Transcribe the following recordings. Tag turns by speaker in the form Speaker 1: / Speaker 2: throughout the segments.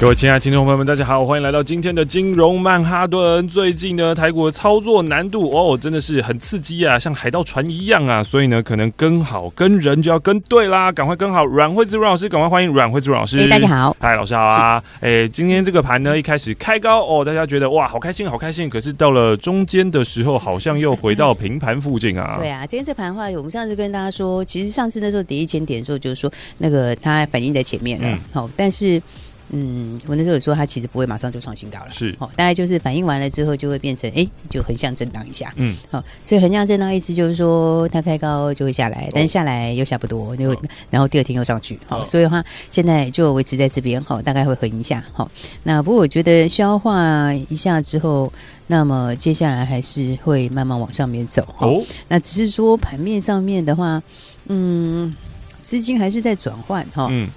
Speaker 1: 各位亲爱的听众朋友们，大家好，欢迎来到今天的金融曼哈顿。最近呢，台股的操作难度哦，真的是很刺激啊，像海盗船一样啊，所以呢，可能跟好跟人就要跟对啦，赶快跟好。阮惠子阮老师，赶快欢迎阮惠子阮老师。
Speaker 2: 哎、大家好。
Speaker 1: 嗨，老师好啊！哎，今天这个盘呢，一开始开高哦，大家觉得哇，好开心，好开心。可是到了中间的时候，好像又回到平盘附近啊。
Speaker 2: 对啊，今天这盘的话，我们上次跟大家说，其实上次那时候跌一千点的时候，就是说那个它反应在前面了
Speaker 1: 嗯，
Speaker 2: 好、但是。嗯，我那时候有说它其实不会马上就创新高了，
Speaker 1: 是
Speaker 2: 哦，大概就是反应完了之后就会变成，哎、就横向震荡一下，
Speaker 1: 嗯，
Speaker 2: 好、所以横向震荡意思就是说它开高就会下来，但是下来又下不多，就、然后第二天又上去，好、
Speaker 1: 哦
Speaker 2: 所以的话现在就维持在这边，好、大概会横一下，好、那不过我觉得消化一下之后，那么接下来还是会慢慢往上面走，哈
Speaker 1: 哦，
Speaker 2: 那只是说盘面上面的话，嗯，资金还是在转换哈，
Speaker 1: 嗯，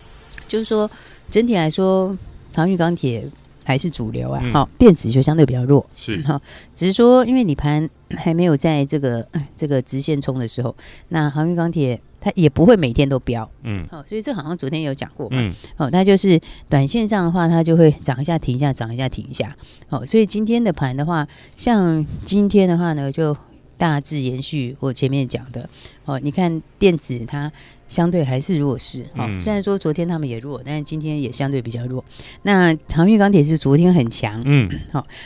Speaker 2: 就是说整体来说，航运钢铁还是主流啊，
Speaker 1: 嗯
Speaker 2: 哈、电子就相对比较弱，
Speaker 1: 是，
Speaker 2: 哈、只是说因为你盘还没有在这个呃这个直线冲的时候，那航运钢铁它也不会每天都飙，
Speaker 1: 嗯
Speaker 2: 好、所以这好像昨天有讲过嘛，
Speaker 1: 嗯，
Speaker 2: 哦，那就是短线上的话，它就会涨一下停一下，涨一下停一下。哦，所以今天的盘的话，像今天的话呢，就大致延续我前面讲的。哦，你看电子它相对还是弱势。哦，
Speaker 1: 嗯
Speaker 2: 虽然说昨天他们也弱，但是今天也相对比较弱。那航运钢铁是昨天很强，
Speaker 1: 嗯，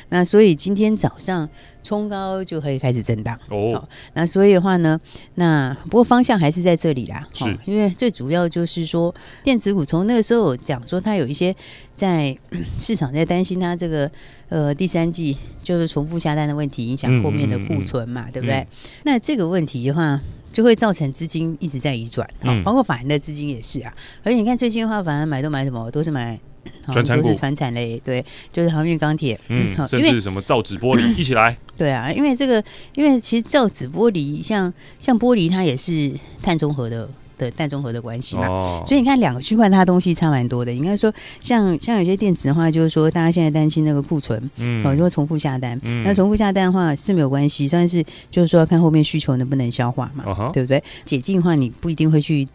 Speaker 2: 那所以今天早上冲高就可以开始震荡。
Speaker 1: 哦
Speaker 2: 好，那所以的话呢，那不过方向还是在这里啦，
Speaker 1: 是
Speaker 2: 哦因为最主要就是说，电子股从那个时候有讲说，它有一些在 嗯市场在担心它这个呃第三季就是重复下单的问题，影响后面的库存嘛，对不对？
Speaker 1: 嗯
Speaker 2: 那这个问题的话。就会造成资金一直在移转，哦
Speaker 1: 嗯
Speaker 2: 包括法人的资金也是啊。而且你看最近的话，法人买都买什么？都是买，好
Speaker 1: 传产
Speaker 2: 都是
Speaker 1: 股
Speaker 2: 船产类，对，就是航运、钢铁，
Speaker 1: 嗯，
Speaker 2: 好
Speaker 1: 甚
Speaker 2: 因为
Speaker 1: 至什么造纸玻璃，一起来，
Speaker 2: 对啊，因为这个，因为其实造纸玻璃，像像玻璃，它也是碳中和的的碳中和的关系嘛。
Speaker 1: 哦，
Speaker 2: 所以你看，两个区块它的东西差蛮多的。应该说像，像有些电子的话，就是说大家现在担心那个库存，
Speaker 1: 嗯
Speaker 2: 哦，如果重复下单，
Speaker 1: 嗯
Speaker 2: 那重复下单的话是没有关系，但是就是说要看后面需求能不能消化嘛，
Speaker 1: 啊哈，
Speaker 2: 对不对？解禁的话，你不一定会去，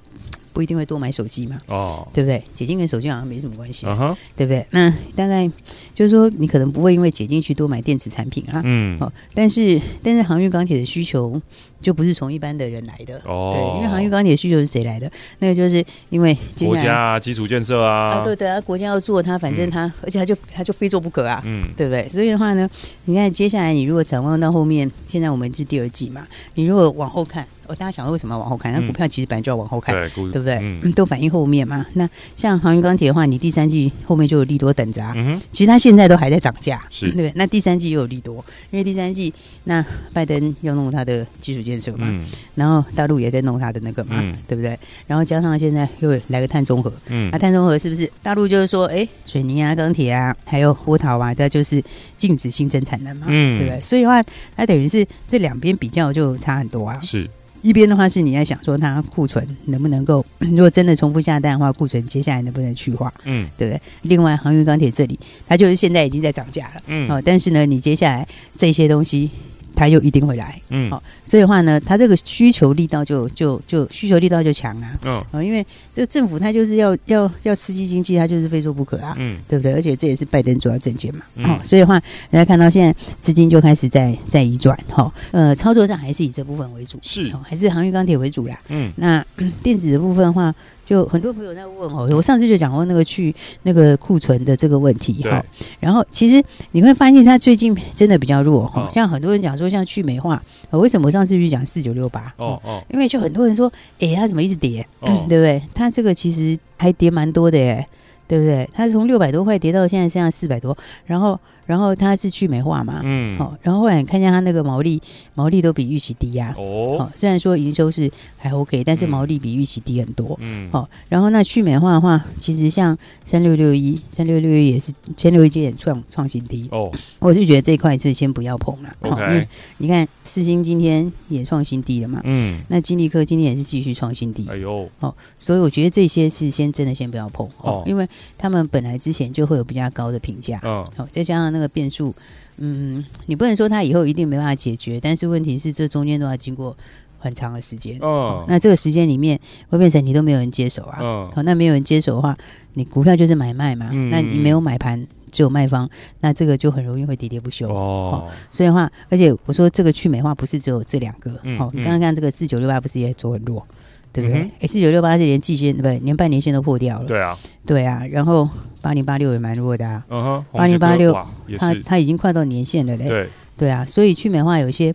Speaker 2: 不一定会多买手机嘛，
Speaker 1: 哦，
Speaker 2: 对不对？解禁跟手机好像没什么关系，
Speaker 1: 啊哈，
Speaker 2: 对不对？那大概就是说，你可能不会因为解禁去多买电子产品啊，
Speaker 1: 嗯，
Speaker 2: 哦，但是但是航运钢铁的需求就不是从一般的人来的，
Speaker 1: 哦
Speaker 2: 对，因为航运钢铁的需求是谁来的？那个就是因为接
Speaker 1: 国
Speaker 2: 下
Speaker 1: 家
Speaker 2: 来
Speaker 1: 啊，基础建设啊，
Speaker 2: 啊，对对啊，国家要做它，反正它、而且它就它就非做不可啊。
Speaker 1: 嗯，
Speaker 2: 对不对？所以的话呢，你看接下来你如果展望到后面，现在我们是第二季嘛，你如果往后看，哦，大家想说为什么要往后看？那
Speaker 1: 嗯
Speaker 2: 股票其实本来就要往后看，
Speaker 1: 对，对
Speaker 2: 对不对？嗯，
Speaker 1: 嗯
Speaker 2: 都反映后面嘛。那像航运钢铁的话，你第三季后面就有利多等着啊。
Speaker 1: 嗯哼，
Speaker 2: 其实它现在都还在涨价，
Speaker 1: 是
Speaker 2: 对不对？那第三季又有利多，因为第三季那拜登要弄他的基础建设嘛，
Speaker 1: 嗯
Speaker 2: 然后大陆也在弄他的那个嘛，
Speaker 1: 嗯
Speaker 2: 对不对？然后加上现在又来个碳中和，
Speaker 1: 嗯
Speaker 2: 那、，碳中和是不是大陆就是说，哎，水泥啊、钢铁啊，还有波涛啊，它就是禁止新增产能嘛，
Speaker 1: 嗯
Speaker 2: 对不对？所以的话，它等于是这两边比较就差很多啊。
Speaker 1: 是，
Speaker 2: 一边的话是你在想说它库存能不能够，如果真的重复下单的话，库存接下来能不能去化？
Speaker 1: 嗯
Speaker 2: 对不对？另外，航运钢铁这里，它就是现在已经在涨价了，
Speaker 1: 嗯
Speaker 2: 哦，但是呢，你接下来这些东西，它又一定会来，
Speaker 1: 嗯，
Speaker 2: 好所以的话呢，它这个需求力道就就就需求力道就强啊，
Speaker 1: 嗯
Speaker 2: 哦，因为这政府它就是要要要刺激经济，它就是非做不可啊，
Speaker 1: 嗯
Speaker 2: 对不对？而且这也是拜登主要政见嘛，
Speaker 1: 嗯
Speaker 2: 哦，所以的话，大家看到现在资金就开始在在移转，哈、哦，呃，操作上还是以这部分为主，
Speaker 1: 是
Speaker 2: 哦，还是航运钢铁为主啦，
Speaker 1: 嗯
Speaker 2: 那 嗯电子的部分的话，就很多朋友在问哦，我上次就讲过那个去那个库存的这个问题
Speaker 1: 对
Speaker 2: 哈。然后其实你会发现它最近真的比较弱哈
Speaker 1: 哦，
Speaker 2: 像很多人讲说像去美化，呃为什么我上次去讲四九六八？
Speaker 1: 哦
Speaker 2: 哦，
Speaker 1: 哦
Speaker 2: 因为就很多人说，诶，它怎么一直跌？
Speaker 1: 哦
Speaker 2: 对不对？它这个其实还跌蛮多的耶，对不对？它从六百多块跌到现在剩下四百多，然后然后它是去美化嘛，
Speaker 1: 嗯，
Speaker 2: 哦，然后后来你看见它那个毛利毛利都比预期低呀、
Speaker 1: 哦，
Speaker 2: 哦，虽然说营收是还 OK，但是
Speaker 1: 嗯
Speaker 2: 毛利比预期低很多。
Speaker 1: 嗯，
Speaker 2: 哦，然后那去美化的话，其实像三六六一、三六六一也是三六一今也创创新低，
Speaker 1: 哦，
Speaker 2: 我是觉得这一块是先不要碰了。哦
Speaker 1: OK
Speaker 2: 因为你看世星今天也创新低了嘛，
Speaker 1: 嗯，
Speaker 2: 那金利科今天也是继续创新低，
Speaker 1: 哎呦，
Speaker 2: 所以我觉得这些是先真的先不要碰
Speaker 1: 哦
Speaker 2: 哦，因为他们本来之前就会有比较高的评价，
Speaker 1: 嗯，
Speaker 2: 哦，再加上那个变数，嗯，你不能说它以后一定没办法解决，但是问题是这中间都要经过很长的时间。
Speaker 1: 嗯，
Speaker 2: 哦那这个时间里面会变成你都没有人接手啊，
Speaker 1: 嗯，
Speaker 2: 好，那没有人接手的话，你股票就是买卖嘛，
Speaker 1: 嗯
Speaker 2: 那你没有买盘，只有卖方，那这个就很容易会喋喋不休。
Speaker 1: 哦，
Speaker 2: 所以的话，而且我说这个去美化不是只有这两个，
Speaker 1: 嗯
Speaker 2: 哦，
Speaker 1: 嗯
Speaker 2: 刚刚看这个四九六八不是也走很弱，对
Speaker 1: 嗯
Speaker 2: 不对
Speaker 1: 哼？
Speaker 2: 哎、四九六八是连季线对不对？连半年线都破掉了，
Speaker 1: 对啊，
Speaker 2: 对啊。然后八零八六也蛮弱的啊，
Speaker 1: 嗯哼，
Speaker 2: 8086
Speaker 1: 红杰哥哇也
Speaker 2: 它
Speaker 1: 是，
Speaker 2: 它已经快到年线了嘞，
Speaker 1: 对，
Speaker 2: 对啊。所以去美化有一些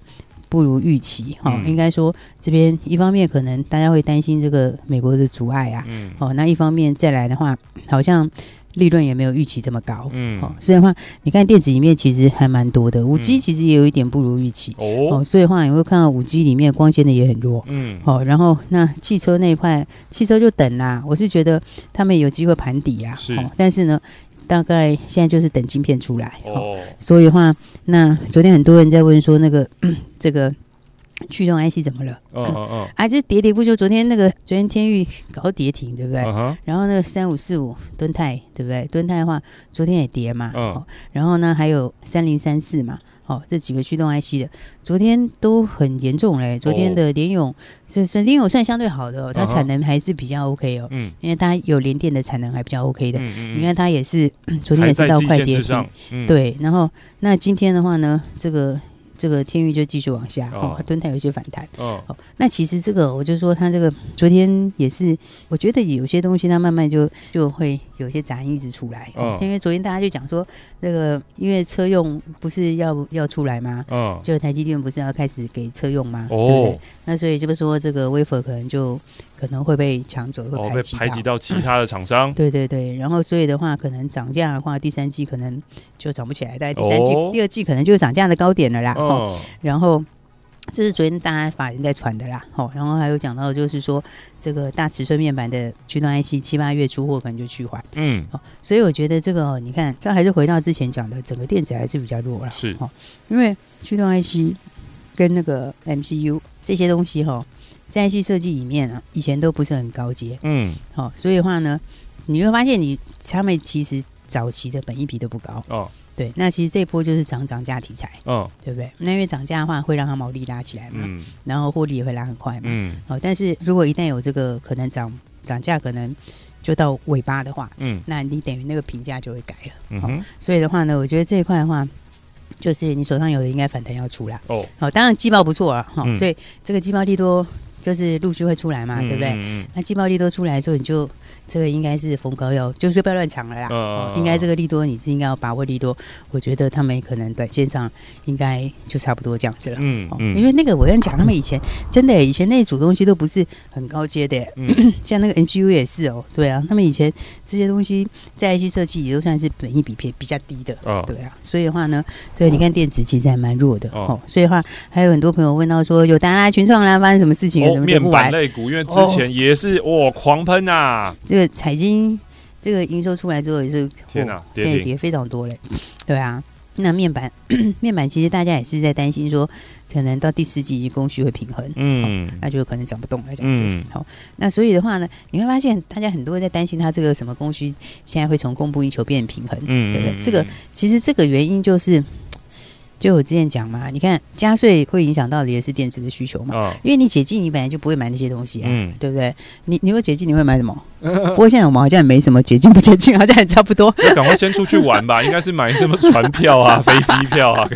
Speaker 2: 不如预期，哈、哦，
Speaker 1: 嗯
Speaker 2: 应该说这边一方面可能大家会担心这个美国的阻碍啊，
Speaker 1: 嗯，
Speaker 2: 哦，那一方面再来的话，好像利润也没有预期这么高。
Speaker 1: 嗯，
Speaker 2: 哦，所以的话，你看电子里面其实还蛮多的，五
Speaker 1: 嗯
Speaker 2: G 其实也有一点不如预期。
Speaker 1: 哦，
Speaker 2: 哦，所以的话你会看到五 G 里面光纤的也很弱。
Speaker 1: 嗯，
Speaker 2: 哦，然后那汽车那一块，汽车就等啦。我是觉得他们有机会盘底啊。
Speaker 1: 是
Speaker 2: 哦，但是呢，大概现在就是等晶片出来。哦，
Speaker 1: 哦，
Speaker 2: 所以的话，那昨天很多人在问说那个、 嗯这个驱动 IC 怎么了？
Speaker 1: 嗯嗯嗯，
Speaker 2: 啊，这喋喋不休。昨天那个昨天天域搞跌停，对不对？
Speaker 1: 嗯哼，
Speaker 2: 然后那个三五四五敦泰，对不对？敦泰的话，昨天也跌嘛。
Speaker 1: 嗯
Speaker 2: 哦，然后呢，还有三零三四嘛。哦，这几个驱动 IC 的，昨天都很严重
Speaker 1: 哦
Speaker 2: 嘞。昨天的联咏，是是联咏算相对好的哦，它
Speaker 1: 嗯哼
Speaker 2: 产能还是比较 OK 哦，
Speaker 1: 嗯，
Speaker 2: 因为它有联电的产能还比较 OK 的。
Speaker 1: 嗯嗯，
Speaker 2: 你看它也是， 昨天
Speaker 1: 还
Speaker 2: 也是
Speaker 1: 在
Speaker 2: 到
Speaker 1: 季
Speaker 2: 快
Speaker 1: 线
Speaker 2: 跌
Speaker 1: 之
Speaker 2: 停
Speaker 1: 上，，嗯，
Speaker 2: 对，然后那今天的话呢，这个这个天域就继续往下
Speaker 1: 哦
Speaker 2: 哦，敦泰有一些反弹。
Speaker 1: 嗯，
Speaker 2: 哦，那其实这个我就说它这个昨天也是，我觉得有些东西它慢慢就就会有一些杂音一直出来。哦
Speaker 1: 嗯，
Speaker 2: 因为昨天大家就讲说，那个因为车用不是要要出来吗？
Speaker 1: 嗯，
Speaker 2: 就啊台积电不是要开始给车用吗？对不
Speaker 1: 哦
Speaker 2: 对？，那所以就是说这个 wafer 可能就可能会被抢走，
Speaker 1: 哦，被
Speaker 2: 会排
Speaker 1: 排
Speaker 2: 挤
Speaker 1: 挤
Speaker 2: 到。
Speaker 1: 到其他的厂商，
Speaker 2: 对对对，然后所以的话，可能涨价的话，第三季可能就涨不起来，大概第三季、
Speaker 1: 哦
Speaker 2: 第二季可能就是涨价的高点了啦。哦
Speaker 1: 嗯，
Speaker 2: 然后这是昨天大家法人在传的啦，哦，然后还有讲到就是说这个大尺寸面板的驱动 IC 七八月出货可能就去缓，
Speaker 1: 嗯，
Speaker 2: 哦，所以我觉得这个、哦、你看，这还是回到之前讲的，整个电子还是比较弱了，
Speaker 1: 是
Speaker 2: 哦，因为驱动 IC 跟那个 MCU 这些东西哈、哦，在 IC 设计里面啊，以前都不是很高阶，
Speaker 1: 嗯，
Speaker 2: 哦，所以的话呢，你会发现你他们其实早期的本益比都不高，
Speaker 1: 哦，
Speaker 2: 对，那其实这一波就是涨涨价题材。
Speaker 1: 嗯，
Speaker 2: 对不对？那因为涨价的话，会让它毛利拉起来嘛，
Speaker 1: 嗯，
Speaker 2: 然后获利也会拉很快嘛。
Speaker 1: 嗯，
Speaker 2: 哦，但是如果一旦有这个可能涨涨价，可能就到尾巴的话，
Speaker 1: 嗯，
Speaker 2: 那你等于那个评价就会改了。
Speaker 1: 嗯哼，
Speaker 2: 所以的话呢，我觉得这一块的话，就是你手上有的应该反弹要出啦。
Speaker 1: 哦，
Speaker 2: 哦，当然季报不错啊，哈、
Speaker 1: 嗯
Speaker 2: 所以这个季报利多就是陆续会出来嘛，
Speaker 1: 嗯
Speaker 2: 啊对不对？
Speaker 1: 嗯
Speaker 2: 那季报利多出来之后，你就这个应该是逢高要，就是不要乱抢了啦。
Speaker 1: 嗯
Speaker 2: 哦应该这个利多你是应该要把握利多，我觉得他们可能短线上应该就差不多这样子了。
Speaker 1: 嗯
Speaker 2: 哦
Speaker 1: 嗯，
Speaker 2: 因为那个我跟你讲，他们以前真的耶以前那一组东西都不是很高阶的耶，
Speaker 1: 嗯
Speaker 2: 像那个 MGU 也是哦，对啊，他们以前这些东西在 IC 设计也都算是本益比偏比较低的，
Speaker 1: 哦
Speaker 2: 对啊，所以的话呢，对，你看电子其实还蛮弱的
Speaker 1: 哦
Speaker 2: 哦，所以的话还有很多朋友问到说有达拉群创啦，发生什么事情了，
Speaker 1: 哦
Speaker 2: 怎，么
Speaker 1: 面
Speaker 2: 就不玩
Speaker 1: 板？类股，因为之前也是哇狂喷啊呐，
Speaker 2: 这个彩金这个营收出来之后也是，
Speaker 1: 天哪
Speaker 2: 哦
Speaker 1: 跌
Speaker 2: 对
Speaker 1: 停
Speaker 2: 跌非常多嘞， 对啊。那面板 面板其实大家也是在担心说，可能到第四季供需会平衡，
Speaker 1: 嗯，
Speaker 2: 那就可能涨不动了这样子。
Speaker 1: 嗯
Speaker 2: 好，那所以的话呢，你会发现大家很多人在担心它这个什么供需现在会从供不应求变平衡。
Speaker 1: 嗯
Speaker 2: 对不对这个其实这个原因就是，就我之前讲嘛，你看加税会影响到的也是电池的需求嘛，
Speaker 1: 啊，
Speaker 2: 因为你解禁，你本来就不会买那些东西啊。
Speaker 1: 嗯，
Speaker 2: 对不对？你你有解禁，你会买什么？不 过现在我们好像也没什么解禁不解禁，好像也差不多。
Speaker 1: 赶快先出去玩吧，应该是买什么船票啊、飞机票啊，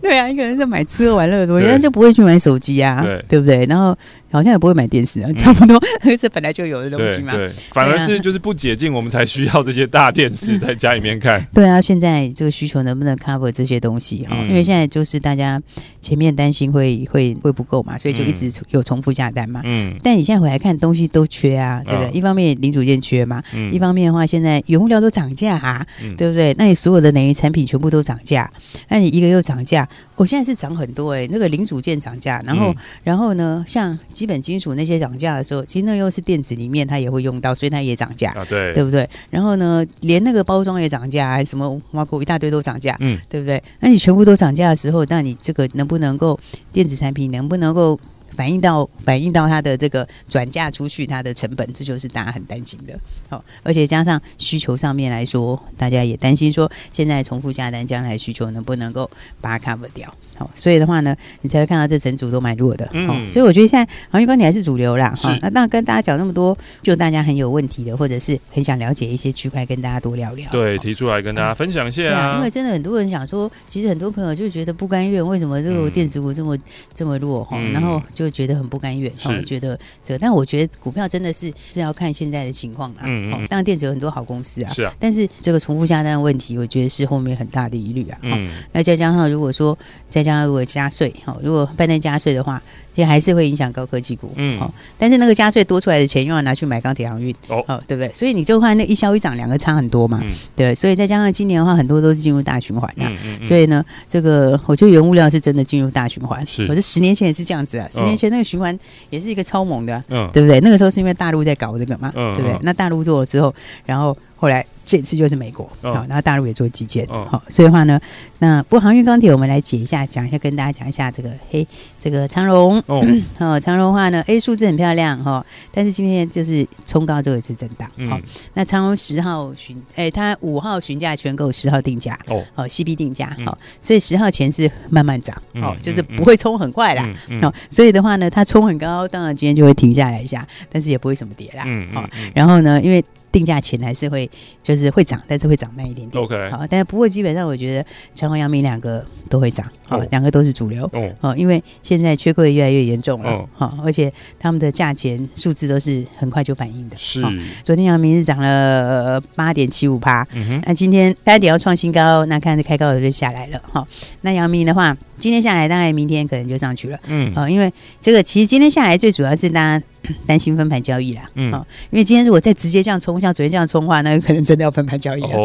Speaker 2: 对啊，一个人是买吃喝玩乐的东西，
Speaker 1: 对
Speaker 2: 但就不会去买手机啊，
Speaker 1: 对
Speaker 2: 不对？然后好像也不会买电视啊，差不多， 这本来就有的东
Speaker 1: 对
Speaker 2: 西嘛。
Speaker 1: 对，反而是就是不解禁，我们才需要这些大电视在家里面看，
Speaker 2: 对啊，现在这个需求能不能 cover 这些东西哈？
Speaker 1: 嗯
Speaker 2: 因为现在就是大家前面担心会会会不够嘛，所以就一直有重复下单嘛。
Speaker 1: 嗯
Speaker 2: 但你现在回来看，东西都缺啊，对不对？
Speaker 1: 嗯
Speaker 2: 一方面零组件缺嘛，
Speaker 1: 嗯
Speaker 2: 一方面的话，现在原物料都涨价啊，
Speaker 1: 嗯
Speaker 2: 对不对？那你所有的等于产品全部都涨价，那你一个又涨价，我、现在是涨很多哎、那个零组件涨价，然后、
Speaker 1: 嗯
Speaker 2: 然后呢，像基本金属那些涨价的时候，其实那又是电子里面它也会用到，所以它也涨价。
Speaker 1: 啊，对，
Speaker 2: 对不对？然后呢，连那个包装也涨价，还什么挖沟一大堆都涨价，
Speaker 1: 嗯，
Speaker 2: 对不对？那你全部都涨价的时候，那你这个能不能够电子产品能不能够反映到反映到它的这个转嫁出去它的成本，这就是大家很担心的。好、而且加上需求上面来说，大家也担心说现在重复下单，将来需求能不能够把它 cover 掉？好、所以的话呢，你才会看到这整组都蛮弱的。
Speaker 1: 嗯
Speaker 2: 哦，所以我觉得现在航运钢铁还是主流啦。
Speaker 1: 是
Speaker 2: 哈、那当然跟大家讲那么多，就大家很有问题的，或者是很想了解一些区块，跟大家多聊聊。哦
Speaker 1: 对，提出来跟大家分享一下
Speaker 2: 对啊，
Speaker 1: 啊
Speaker 2: 因为。真的很多人想说，其实很多朋友就觉得不甘愿，为什么这个
Speaker 1: 嗯
Speaker 2: 电子股这么、这么弱哈、
Speaker 1: 嗯
Speaker 2: 然后就觉得很不甘愿，哈
Speaker 1: 是，
Speaker 2: 觉得这，但我觉得股票真的是是要看现在的情况啦。
Speaker 1: 嗯嗯
Speaker 2: 哦
Speaker 1: 嗯
Speaker 2: 当然电子有很多好公司啊，
Speaker 1: 是啊，
Speaker 2: 但是这个重复下单的问题，我觉得是后面很大的疑虑啊。哦
Speaker 1: 嗯，
Speaker 2: 那再加上如果说再加上如果加税，哦，如果拜登加税的话，其实还是会影响高科技股，
Speaker 1: 嗯
Speaker 2: 嗯，哦，但是那个加税多出来的钱又要拿去买钢铁航运，
Speaker 1: 哦
Speaker 2: 对不对？所以你就看那一消一涨，两个差很多嘛，
Speaker 1: 嗯
Speaker 2: 对，所以再加上今年的话，很多都是进入大循环啦、
Speaker 1: 嗯嗯，
Speaker 2: 所
Speaker 1: 以
Speaker 2: 以呢，这个我觉得原物料是真的进入大循环。
Speaker 1: 是
Speaker 2: 我是十年前也是这样子啊，
Speaker 1: 嗯
Speaker 2: 十年前那个循环也是一个超猛的啊、
Speaker 1: 嗯，
Speaker 2: 对不对？那个时候是因为大陆在搞这个嘛，
Speaker 1: 嗯
Speaker 2: 对不对
Speaker 1: 嗯？
Speaker 2: 那大陆做了之后，然后后来这次就是美国，
Speaker 1: 嗯
Speaker 2: 好、然后大陆也做基建，
Speaker 1: 嗯
Speaker 2: 好、所以的话呢，那不过航运钢铁我们来解一下，讲一下跟大家讲一下这个，嘿，这个长荣，
Speaker 1: 哦，
Speaker 2: 哦，长荣的话呢，A 数字很漂亮哈、哦，但是今天就是冲高之后一次震荡，好、
Speaker 1: 嗯，
Speaker 2: 那长荣十号询，哎，它五号询价全购，十号定价，
Speaker 1: 哦，
Speaker 2: 哦，CB 定价，
Speaker 1: 嗯
Speaker 2: 好、所以十号前是慢慢涨，哦
Speaker 1: 嗯，
Speaker 2: 就是
Speaker 1: 嗯
Speaker 2: 不会冲很快啦，
Speaker 1: 嗯嗯
Speaker 2: 哦，所以的话呢，它冲很高，当然今天就会停下来一下，但是也不会什么跌啦。
Speaker 1: 嗯
Speaker 2: 哦
Speaker 1: 嗯，嗯
Speaker 2: 然后呢，因为定价前还是会就是会涨，但是会涨慢一点点。
Speaker 1: OK
Speaker 2: 好，但不过基本上我觉得长虹、阳明两个都会涨，好、
Speaker 1: 哦
Speaker 2: 两个都是主流。
Speaker 1: 哦，
Speaker 2: 哦，因为现在缺柜越来越严重
Speaker 1: 哦
Speaker 2: 了，好、而且他们的价钱数字都是很快就反映的。
Speaker 1: 是
Speaker 2: 哦，昨天阳明是涨了八点七五趴，
Speaker 1: 嗯哼，
Speaker 2: 那今天单点要创新高，那看开高就下来了。好、那阳明的话，今天下来大概明天可能就上去了。
Speaker 1: 嗯
Speaker 2: 哦，因为这个其实今天下来最主要是大家 担心分盘交易啦，
Speaker 1: 嗯
Speaker 2: 哦，因为今天如果再直接这样冲，像昨天这样冲的话，那可能真的要呃分盘交易了。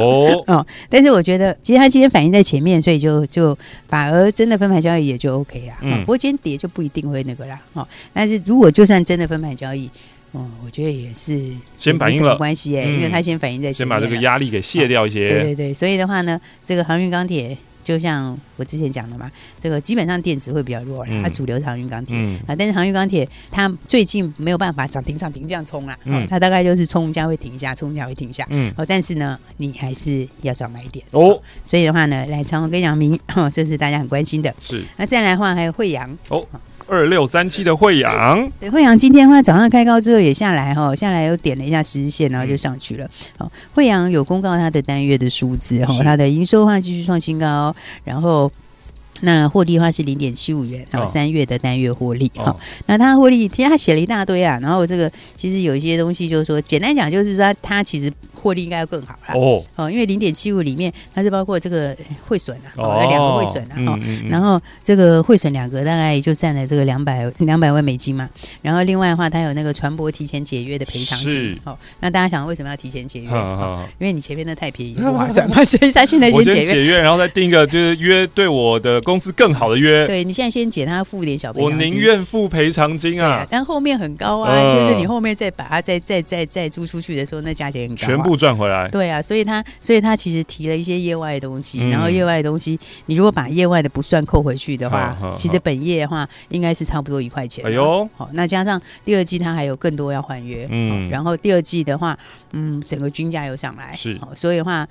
Speaker 1: 哦，
Speaker 2: 但是我觉得，其实它今天反应在前面，所以就就反而真的分盘交易也就 OK 啦。哦
Speaker 1: 嗯
Speaker 2: 不过今天跌就不一定会那个啦。哦，但是如果就算真的分盘交易，哦，我觉得也是
Speaker 1: 先反应
Speaker 2: 也没什么
Speaker 1: 了
Speaker 2: 关系耶、因为
Speaker 1: 嗯
Speaker 2: 它先反应在前
Speaker 1: 先
Speaker 2: 面
Speaker 1: 把这
Speaker 2: 了。
Speaker 1: 个压力给卸掉一
Speaker 2: 啊对
Speaker 1: 些，
Speaker 2: 对对，所以的话呢，这个航运钢铁就像我之前讲的嘛，这个基本上电子会比较弱啦，
Speaker 1: 嗯
Speaker 2: 它主流是航运钢铁。
Speaker 1: 嗯
Speaker 2: 啊，但是航运钢铁它最近没有办法涨停涨停这样冲啦、
Speaker 1: 嗯
Speaker 2: 哦它大概就是冲一下会停一下，冲一下会停一下。
Speaker 1: 嗯，
Speaker 2: 哦，但是呢，你还是要早买一点
Speaker 1: 哦，
Speaker 2: 所以的话呢，来长虹跟阳明， 哦，这是大家很关心的。
Speaker 1: 是
Speaker 2: 那再来的话，还有惠阳，
Speaker 1: 二六三七的惠阳，
Speaker 2: 对，惠阳今天的话早上开高之后也下来哈、哦，下来又点了一下十日
Speaker 1: 嗯
Speaker 2: 线，然后就上去了。哦，惠阳有公告它的单月的数字哈、哦
Speaker 1: 是，
Speaker 2: 它的营收的话继续创新高，哦然后。那获利的话是零点七五元，然后
Speaker 1: 哦
Speaker 2: 三月的单月获利哈、
Speaker 1: 哦，
Speaker 2: 那它获利其实它写了一大堆啊，然后这个其实有一些东西就是说，简单讲就是说它它其实获利应该要更好啦。哦
Speaker 1: 哦，
Speaker 2: 因为零点七五里面它是包括这个汇损啊，哦，
Speaker 1: 哦，
Speaker 2: 两个汇损啊，哦，
Speaker 1: 嗯
Speaker 2: 然后这个汇损两个大概就占了这个两百两百万美金嘛，然后另外的话，它有那个船舶提前解约的赔偿
Speaker 1: 是
Speaker 2: 金。哦，那大家想为什么要提前解约？哦
Speaker 1: 好，
Speaker 2: 因为你前面那太便宜不划算嘛， 所以他现在
Speaker 1: 我
Speaker 2: 先解
Speaker 1: 先
Speaker 2: 约。
Speaker 1: 解约，然后再定一个就是约对我的公司更好的约，
Speaker 2: 对你现在先解，他付一点小赔
Speaker 1: 我
Speaker 2: 偿金。
Speaker 1: 宁愿付赔偿金
Speaker 2: 对啊
Speaker 1: 啊，
Speaker 2: 但后面很高啊，
Speaker 1: 嗯
Speaker 2: 就是你后面再把它再再再再租出去的时候，那价钱很高、啊。
Speaker 1: 全部赚回来，
Speaker 2: 对啊，所以他所以他其实提了一些业外的东西，
Speaker 1: 嗯
Speaker 2: 然后业外的东西，你如果把业外的不算扣回去的话，
Speaker 1: 好好
Speaker 2: 其实本业的话应该是差不多一块钱。啊
Speaker 1: 哎，呦，
Speaker 2: 好，那加上第二季它还有更多要换约，
Speaker 1: 嗯
Speaker 2: 嗯，然后第二季的话，嗯，整个均价又上来，
Speaker 1: 是
Speaker 2: 好，所以的话，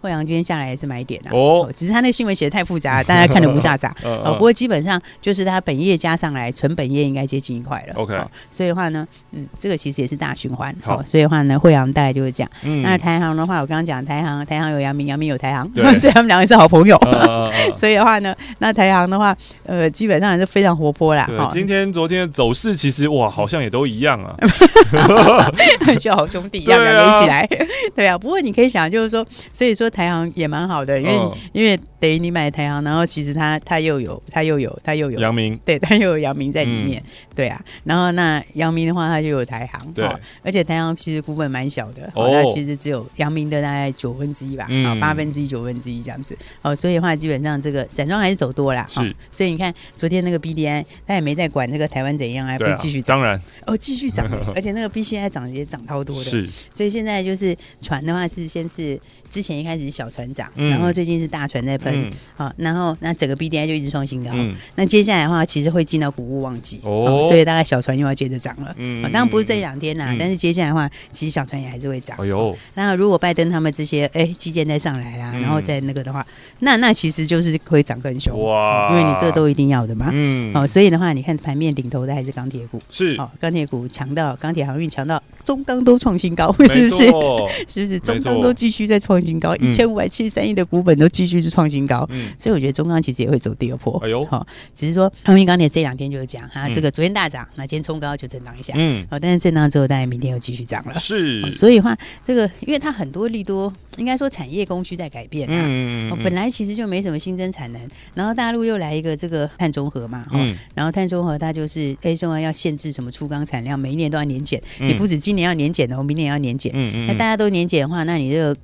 Speaker 2: 惠阳今天下来也是买点的、啊、
Speaker 1: 哦
Speaker 2: 哦，只是他那个新闻写的太复杂了，大家看的不 飒飒。
Speaker 1: 呃
Speaker 2: 哦，不过基本上就是它本业加上来，纯本业应该接近一块了。
Speaker 1: OK
Speaker 2: 哦所以的话呢，嗯，这个其实也是大循环。
Speaker 1: 好
Speaker 2: 哦所以的话呢，惠阳大概就是这样。
Speaker 1: 嗯
Speaker 2: 那台行的话，我刚刚讲台行，台行有阳明，阳明有台行
Speaker 1: 对，
Speaker 2: 所以他们两个是好朋友。
Speaker 1: 呃， 呃
Speaker 2: 所以的话呢，那台行的话，呃，基本上也是非常活泼啦。
Speaker 1: 对，今
Speaker 2: 天
Speaker 1: 天、昨天的走势其实哇，好像也都一样
Speaker 2: 哎
Speaker 1: 啊。
Speaker 2: 就好兄弟一样，
Speaker 1: 对啊
Speaker 2: 两个一起来。对啊，不过你可以想，就是说，所以说台行也蛮好的，因为、
Speaker 1: 嗯
Speaker 2: 因为等于你买台行，然后其实它它又有它又有它又有
Speaker 1: 阳明，
Speaker 2: 对，它又有阳明在里
Speaker 1: 嗯
Speaker 2: 面，对啊。然后那阳明的话，它就有台行，
Speaker 1: 对
Speaker 2: 哦而且台行其实股本蛮小的，
Speaker 1: 哦
Speaker 2: 哦，它其实只有阳明的大概九分之一吧，
Speaker 1: 嗯
Speaker 2: 啊、八分之一、九分之一这样子，哦，所以的话，基本上这个散装还是走多啦，
Speaker 1: 是
Speaker 2: 所以你看昨天那个 BDI，它也没在管这个台湾怎样，还不
Speaker 1: 对啊，
Speaker 2: 继续涨，
Speaker 1: 当然
Speaker 2: 哦，继 续涨、欸而且那个 BCI 涨也涨超多的，
Speaker 1: 是
Speaker 2: 所以现在就是船的话是先是之前一开始是小船涨，
Speaker 1: 嗯
Speaker 2: 然后最近是大船在喷，
Speaker 1: 嗯
Speaker 2: 好、然后那整个 BDI 就一直创新高，
Speaker 1: 嗯
Speaker 2: 那接下来的话，其实会进到谷物旺季
Speaker 1: 哦
Speaker 2: 哦所以大概小船又要接着涨了。
Speaker 1: 嗯
Speaker 2: 哦当然不是这，两天啦、
Speaker 1: 嗯
Speaker 2: 但是接下来的话，其实小船也还是会涨哦
Speaker 1: 哎。呦，
Speaker 2: 那如果拜登他们这些哎基建再上来啦，
Speaker 1: 嗯
Speaker 2: 然后再那个的话，那那其实就是会涨更凶，
Speaker 1: 哇
Speaker 2: 哦因为你这都一定要的嘛。
Speaker 1: 嗯，
Speaker 2: 哦，所以的话，你看盘面领头的还是钢铁股，
Speaker 1: 是，
Speaker 2: 哦，钢铁股强到钢铁航运强到中钢都创新高，是不是
Speaker 1: 没？ 错
Speaker 2: 是不是
Speaker 1: 错
Speaker 2: 中钢都继续在创新高，
Speaker 1: 嗯
Speaker 2: 一千五百七十三亿的股本都继续是创新高，
Speaker 1: 嗯，
Speaker 2: 所以我觉得中钢其实也会走第二波。
Speaker 1: 哎呦，
Speaker 2: 哦好、只是说航运钢铁这两天就是这样哈，
Speaker 1: 嗯
Speaker 2: 这个昨天大涨，那今天冲高就震荡一下，好、
Speaker 1: 嗯，
Speaker 2: 但是震荡之后，大概明天又继续涨了。
Speaker 1: 是
Speaker 2: 哦，所以的话，这个因为它很多利多，应该说产业供需在改变啊。
Speaker 1: 嗯
Speaker 2: 哦，本来其实就没什么新增产能，然后大陆又来一个这个碳中和嘛，哦，
Speaker 1: 嗯，
Speaker 2: 然后碳中和它就是哎，中国要限制什么粗钢产量，每一年都要年检，
Speaker 1: 嗯
Speaker 2: 你不止今年要年检哦，明年也要年检，
Speaker 1: 嗯
Speaker 2: 那大家都年检的话，那你这个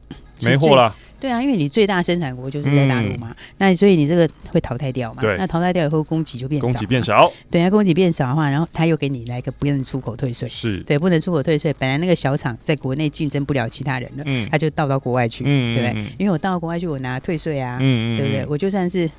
Speaker 1: 没货了，嗯
Speaker 2: 对啊，因为你最大生产国就是在大陆嘛，那所以你这个会淘汰掉嘛
Speaker 1: 对？
Speaker 2: 那淘汰掉以后，供给就变少，
Speaker 1: 供给变，少，
Speaker 2: 对啊，供给变少的话，然后他又给你来个不能出口退税，
Speaker 1: 是，
Speaker 2: 对，不能出口退税，本来那个小厂在国内竞争不了其他人了，
Speaker 1: 嗯
Speaker 2: 他就倒到国外去，
Speaker 1: 嗯
Speaker 2: 对不对
Speaker 1: 嗯？
Speaker 2: 因为我倒到国外去，我拿退税啊，
Speaker 1: 嗯
Speaker 2: 对不对？？我就算是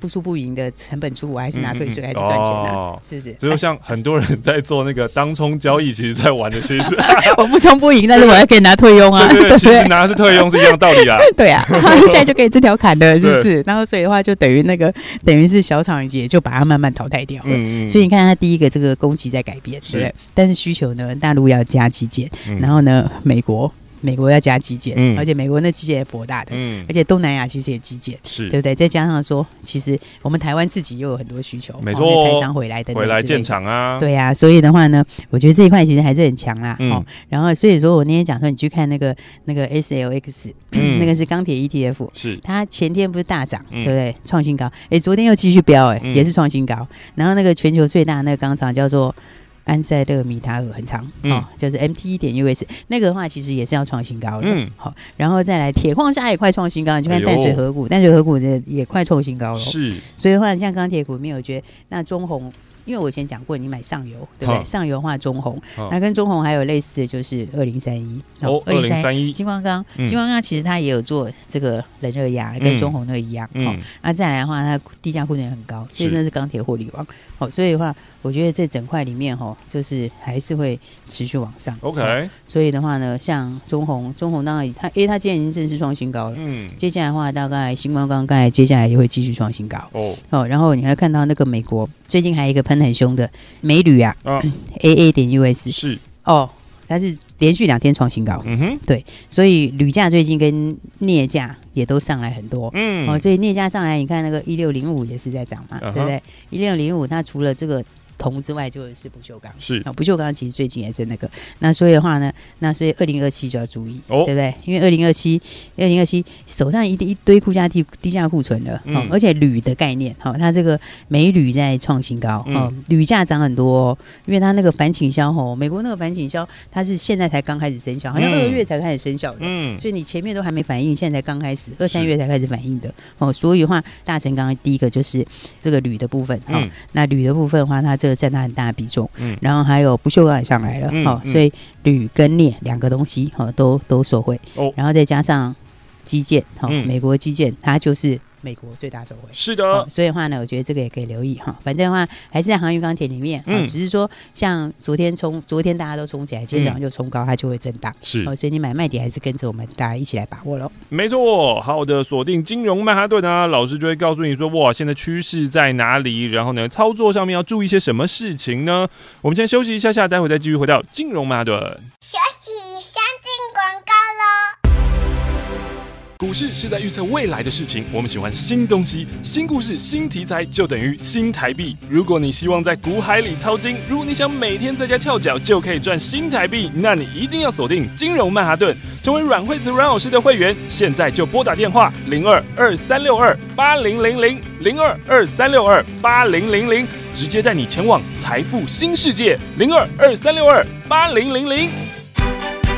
Speaker 2: 不输不赢的成本出，我还是拿退税，还是赚钱啊。
Speaker 1: 嗯哦
Speaker 2: 是不是？
Speaker 1: 只有像很多人在做那个当冲交易，其实在玩的其实是，
Speaker 2: 哎我不冲不赢，但是我还可以拿退佣啊，
Speaker 1: 对对
Speaker 2: 不
Speaker 1: 对，其实拿的是退佣是一样道理啦。
Speaker 2: 对啊， 现在就可以这条砍的，是不是？然后所以的话，就等于那个等于是小厂也就把它慢慢淘汰掉了。
Speaker 1: 嗯
Speaker 2: 所以你看，它第一个这个供给在改变，
Speaker 1: 是
Speaker 2: 对不对？但是需求呢，大陆要加基建，
Speaker 1: 嗯
Speaker 2: 然后呢，美国美国要加基建，
Speaker 1: 嗯
Speaker 2: 而且美国那基建也博大的，
Speaker 1: 嗯
Speaker 2: 而且东南亚其实也基建，哎对
Speaker 1: 是
Speaker 2: 不对？再加上说，其实我们台湾自己又有很多需求，
Speaker 1: 没
Speaker 2: 哦
Speaker 1: 错
Speaker 2: 因为台商回来等等
Speaker 1: 回来
Speaker 2: 之类的
Speaker 1: 建厂啊，
Speaker 2: 对呀、所以的话呢，我觉得这一块其实还是很强啦。
Speaker 1: 嗯
Speaker 2: 哦，然后所以说我那天讲说，你去看那个那个 S L X，、
Speaker 1: 嗯
Speaker 2: 那个是钢铁 E T F，
Speaker 1: 是
Speaker 2: 它前天不是大涨，
Speaker 1: 嗯
Speaker 2: 对不对？创新高，哎，昨天又继续飙，哎、
Speaker 1: 嗯
Speaker 2: 也是创新高。然后那个全球最大的那个钢厂叫做。安塞勒米塔尔很长、
Speaker 1: 嗯
Speaker 2: 哦，就是 MT 一点 US 那个的话，其实也是要创新高的。
Speaker 1: 嗯
Speaker 2: 嗯，好、然后再来铁矿砂也快创新高，你去看
Speaker 1: 哎呦
Speaker 2: 淡水河谷，淡水河谷的也快创新高了。
Speaker 1: 是，
Speaker 2: 所以的话，像钢铁股里面，我觉得那中红，因为我以前讲过，你买上游，对不
Speaker 1: 好
Speaker 2: 对？上游的话中红
Speaker 1: 好，
Speaker 2: 那跟中红还有类似的就是二零三一
Speaker 1: 哦，二零三一，
Speaker 2: 金光钢，
Speaker 1: 嗯
Speaker 2: 金光钢其实它也有做这个冷热压，
Speaker 1: 嗯
Speaker 2: 跟中红那个一样。哦，
Speaker 1: 嗯，
Speaker 2: 那再来的话，它低价库存也很高，所以
Speaker 1: 是
Speaker 2: 那是钢铁获利王。哦，所以的话，我觉得这整块里面哦，就是还是会持续往上。哦
Speaker 1: OK，
Speaker 2: 所以的话呢，像中红，中红当然它，因为它今天已经正式创新高了，
Speaker 1: 嗯，
Speaker 2: 接下来的话，大概星光钢，大概接下来也会继续创新高。
Speaker 1: 哦
Speaker 2: 哦，然后你还看到那个美国最近还有一个喷很凶的美铝啊
Speaker 1: 啊，
Speaker 2: ，A A 点 U S
Speaker 1: 是，
Speaker 2: 哦，它是连续两天创新高，
Speaker 1: 嗯哼，
Speaker 2: 所以铝价最近跟镍价也都上来很多。
Speaker 1: 嗯，
Speaker 2: 哦，所以镍价上来，你看那个一六零五也是在涨嘛
Speaker 1: 啊哈
Speaker 2: 对不对？一六零五它除了这个铜之外，就是不锈钢。
Speaker 1: 是
Speaker 2: 哦，不锈钢其实最近也是那个，那所以的话呢，那所以二零二七就要注意，
Speaker 1: 哦
Speaker 2: 对不对？因为二零二七、二零二七手上一定一堆估价低低价库存了，哦
Speaker 1: 嗯，
Speaker 2: 而且铝的概念，好、它这个美铝在创新高，哦，
Speaker 1: 嗯
Speaker 2: 铝价涨很多、哦，因为它那个反倾销哦，美国那个反倾销它是现在才刚开始生效，好像
Speaker 1: 嗯
Speaker 2: 二月才开始生效的。
Speaker 1: 嗯，
Speaker 2: 所以你前面都还没反应，现在才刚开始，二三
Speaker 1: 是
Speaker 2: 月才开始反应的哦。所以的话，大成刚刚第一个就是这个铝的部分哦，
Speaker 1: 嗯，
Speaker 2: 那铝的部分的话，它这个占它很大的比重，
Speaker 1: 嗯
Speaker 2: 然后还有不锈钢也上来了，
Speaker 1: 嗯
Speaker 2: 哦，
Speaker 1: 嗯
Speaker 2: 所以铝跟镍两个东西，哦，都都受惠，
Speaker 1: 哦
Speaker 2: 然后再加上基建，哦，
Speaker 1: 嗯呃
Speaker 2: 美国基建它就是美国最大受惠。
Speaker 1: 是
Speaker 2: 哦
Speaker 1: 的，，
Speaker 2: 所以的话呢，我觉得这个也可以留意哈。反正的话，还是在航运钢铁里面，哦
Speaker 1: 嗯
Speaker 2: 只是说像昨天冲，昨天大家都冲起来，今天早上就冲高，它就会震荡。
Speaker 1: 是
Speaker 2: 哦，所以你买卖点还是跟着我们大家一起来把握喽。
Speaker 1: 没错，好的，锁定金融曼哈顿啊，老师就会告诉你说，哇，现在趋势在哪里？然后呢，操作上面要注意些什么事情呢？我们先休息一下下，待会再继续回到金融曼哈顿。
Speaker 3: 学习先进广告喽。
Speaker 1: 股市是在预测未来的事情，我们喜欢新东西、新故事、新题材，就等于新台币。如果你希望在股海里淘金，如果你想每天在家翘脚就可以赚新台币，那你一定要锁定金融曼哈顿，成为阮惠慈阮老师的会员。现在就拨打电话零二二三六二八零零零零二二三六二八零零零，直接带你前往财富新世界零二二三六二八零零零。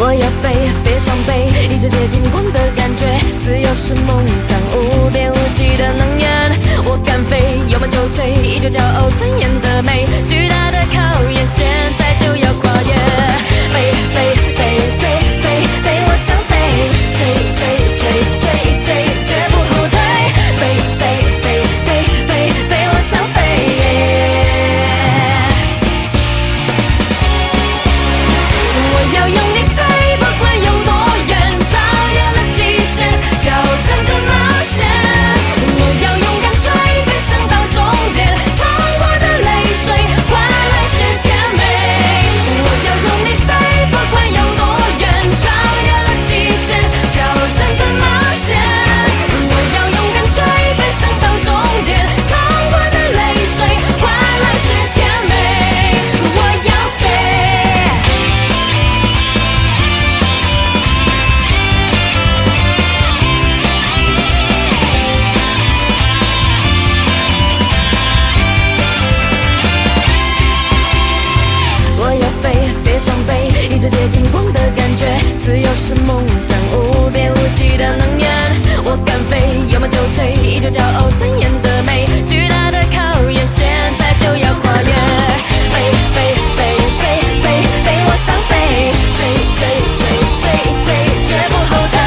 Speaker 4: 我要飞，飞上北，一直接近光的感觉。自由是梦想，无边无际的能源。我敢飞，有梦就追，依旧骄傲尊严的美。巨大的考验，现在就要跨越。飞飞飞飞飞飞，我想飞，追追追追追，绝不后退。飞飞飞飞飞飞，我想飞。我要用力飞，不管有多远，超越了极限，挑战更冒险。我要勇敢追，奔向到终点，淌过的泪水换来是甜美。我要用力飞，不管有多远，超越了极限，挑战更冒险。我要勇敢追，奔向到终点，淌过的泪水换来是甜美。我要飞。我要飞，飞上北，一直接近光的感觉。自由是梦想，无边无际的能源。我敢飞，有梦就追，依旧骄傲尊严的美。巨大的考验，现在就要跨越。飞飞飞飞飞飞，我想飞，追追追追追，绝不后退。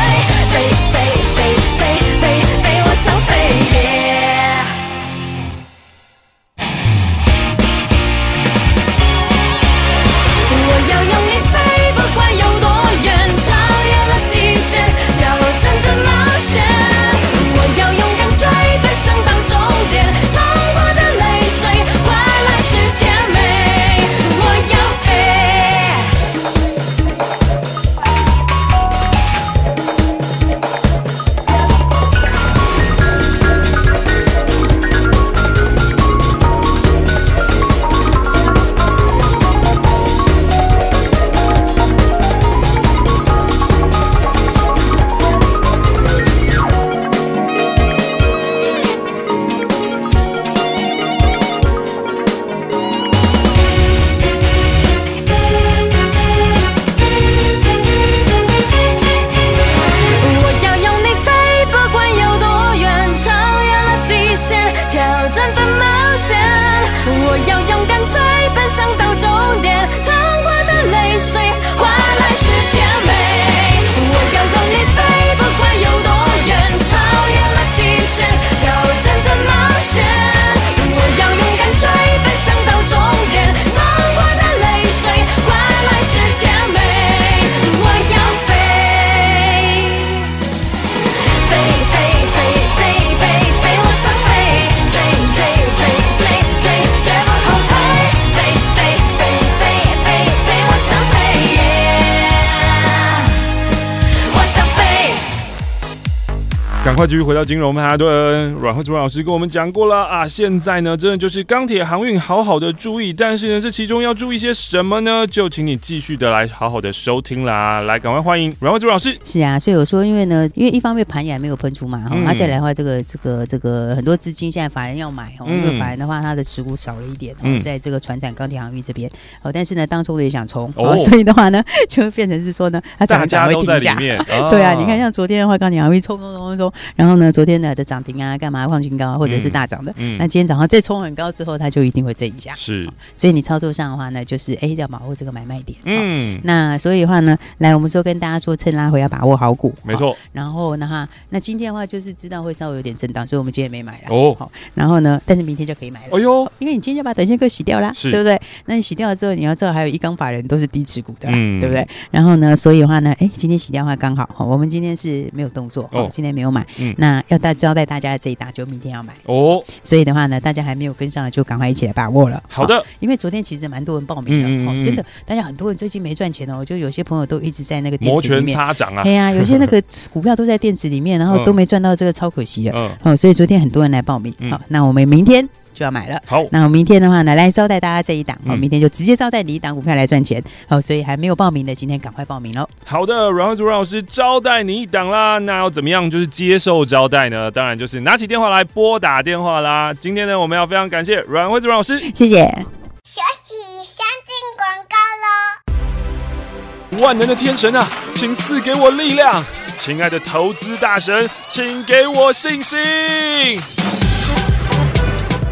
Speaker 4: 飞飞飞飞飞飞，我想飞。Yeah 我要用力飞，不管有多远，超越了极限，
Speaker 1: 赶快继续回到金融曼哈顿，阮慧主任老师跟我们讲过了啊。现在呢，真的就是钢铁航运好好的注意，但是呢，这其中要注意些什么呢？就请你继续的来好好的收听啦。来，赶快欢迎阮慧主任老 师。
Speaker 2: 是啊，所以我说，因为呢，因为一方面盘也还没有喷出嘛，哈、
Speaker 1: 嗯
Speaker 2: 那、再来的话，这个这个这个很多资金现在法人要买哦，因
Speaker 1: 嗯
Speaker 2: 为法人的话，他的持股少了一点，哦
Speaker 1: 嗯
Speaker 2: 在这个船产钢铁航运这边，哦，但是呢，当冲的也想冲，
Speaker 1: 哦
Speaker 2: 哦， 所以的话呢，就会变成是说 呢，它涨
Speaker 1: 大
Speaker 2: 一涨
Speaker 1: 家
Speaker 2: 会
Speaker 1: 都
Speaker 2: 停
Speaker 1: 在
Speaker 2: 一
Speaker 1: 里
Speaker 2: 下。
Speaker 1: 面，哦
Speaker 2: 对啊，你看像昨天的话，钢铁航运冲冲冲冲冲，然后呢，昨天呢的涨停啊，干嘛创新高啊，或者是
Speaker 1: 嗯
Speaker 2: 大涨的，
Speaker 1: 嗯
Speaker 2: 那今天早上再冲很高之后，它就一定会震一下。
Speaker 1: 是，
Speaker 2: 所以你操作上的话呢，就是哎要把握这个买卖点。嗯。
Speaker 1: 嗯，
Speaker 2: 那所以的话呢，来我们说跟大家说，趁拉回要把握好股，
Speaker 1: 没
Speaker 2: 哦。
Speaker 1: 错，
Speaker 2: 然后呢哈，那今天的话就是知道会稍微有点震荡，所以我们今天没买了。
Speaker 1: 哦
Speaker 2: 好，然后呢，但是明天就可以买了。
Speaker 1: 哎呦，
Speaker 2: 因为你今天就把短线客洗掉啦，
Speaker 1: 是
Speaker 2: 对不对？那你洗掉了之后，你要知道还有一缸法人都是低持股的啦，
Speaker 1: 嗯
Speaker 2: 对不啊对？然后呢，所以的话呢，哎，今天洗掉的话刚好，哦、我们今天是没有动作，
Speaker 1: 哦
Speaker 2: 哦、今天没有买。
Speaker 1: 嗯
Speaker 2: 那要大交代大家的这一打，就明天要买。
Speaker 1: 哦，
Speaker 2: 所以的话呢，大家还没有跟上的，就赶快一起来把握了。
Speaker 1: 好的，
Speaker 2: 因为昨天其实蛮多人报名的，
Speaker 1: 嗯嗯嗯
Speaker 2: 哦，真的，大家很多人最近没赚钱哦，就有些朋友都一直在那个电
Speaker 1: 摩
Speaker 2: 子里
Speaker 1: 拳
Speaker 2: 面，
Speaker 1: 擦掌 啊
Speaker 2: 哎，呀，有些那个股票都在电子里面，然后都没赚到，这个超可惜的。
Speaker 1: 嗯，
Speaker 2: 哦，所以昨天很多人来报名，好、
Speaker 1: 嗯
Speaker 2: 那我们明天就要买了。
Speaker 1: 好，
Speaker 2: 那我明天的话呢，来招待大家这一档，哦，
Speaker 1: 嗯
Speaker 2: 明天就直接招待你一档股票来赚钱，哦，所以还没有报名的，今天赶快报名喽。
Speaker 1: 好的，阮慧主任老师招待你一档啦。那要怎么样就是接受招待呢？当然就是拿起电话来拨打电话啦。今天呢，我们要非常感谢阮慧主任老师。
Speaker 2: 谢谢。
Speaker 5: 学习相进广告喽。
Speaker 1: 万能的天神啊，请赐给我力量！亲爱的投资大神，请给我信心！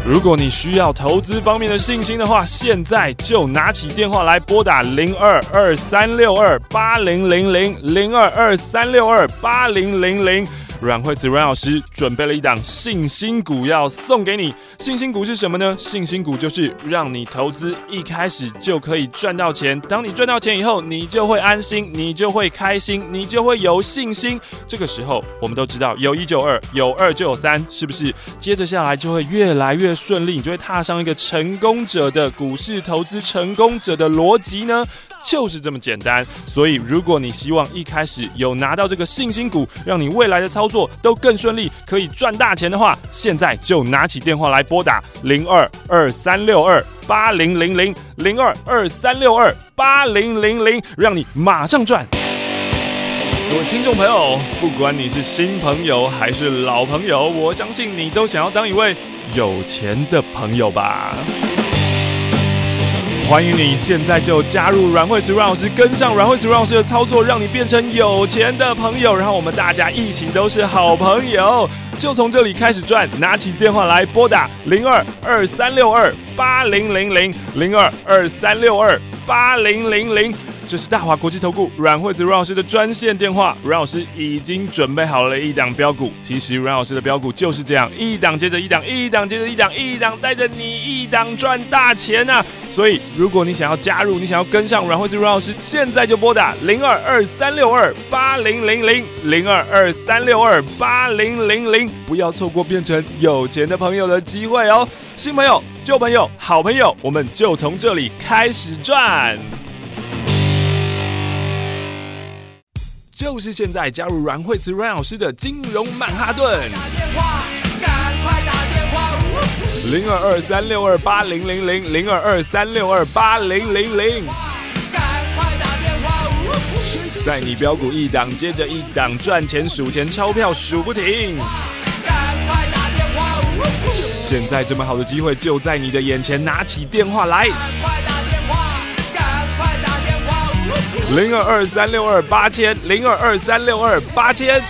Speaker 1: 如果你需要投资方面的信心的话，现在就拿起电话来拨打零二二三六二八零零零零二二三六二八零零零。阮惠慈阮老师准备了一档信心股要送给你。信心股是什么呢？信心股就是让你投资一开始就可以赚到钱。当你赚到钱以后，你就会安心，你就会开心，你就会有信心。这个时候，我们都知道有一就二，有二就有三，是不是？接着下来就会越来越顺利，你就会踏上一个成功者的股市投资成功者的逻辑呢？就是这么简单。所以，如果你希望一开始有拿到这个信心股，让你未来的操作都更顺利，可以赚大钱的话，现在就拿起电话来拨打零二二三六二八零零零零二二三六二八零零零，让你马上赚。各位听众朋友，不管你是新朋友还是老朋友，我相信你都想要当一位有钱的朋友吧。欢迎你现在就加入阮慧慈阮老师，跟上阮慧慈阮老师的操作，让你变成有钱的朋友。然后我们大家一起都是好朋友，就从这里开始赚。拿起电话来拨打零二二三六二八零零零零二二三六二八零零零。这是大华国际投顾阮惠子阮老师的专线电话，阮老师已经准备好了一档标股。其实阮老师的标股就是这样，一档接着一档，一档接着一档，一档带着你一档赚大钱呐、所以，如果你想要加入，你想要跟上阮惠子阮老师，现在就拨打零二二三六二八零零零零二二三六二八零零零，不要错过变成有钱的朋友的机会哦！新朋友、旧朋友、好朋友，我们就从这里开始赚。就是现在加入阮惠慈阮老师的金融曼哈顿。零二二三六二八零零零零二二三六二八零零零。带你标股一档接着一档赚钱数钱钞票数不停。现在这么好的机会就在你的眼前，拿起电话来。零二二三六二八千，零二二三六二八千。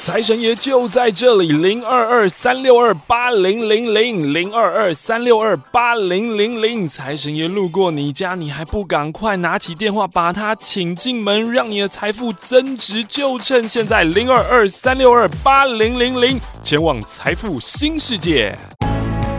Speaker 1: 财神爷就在这里，零二二三六二八零零零零二二三六二八零零零。财神爷路过你家，你还不赶快拿起电话把他请进门，让你的财富增值，就趁现在，零二二三六二八零零零，前往财富新世界。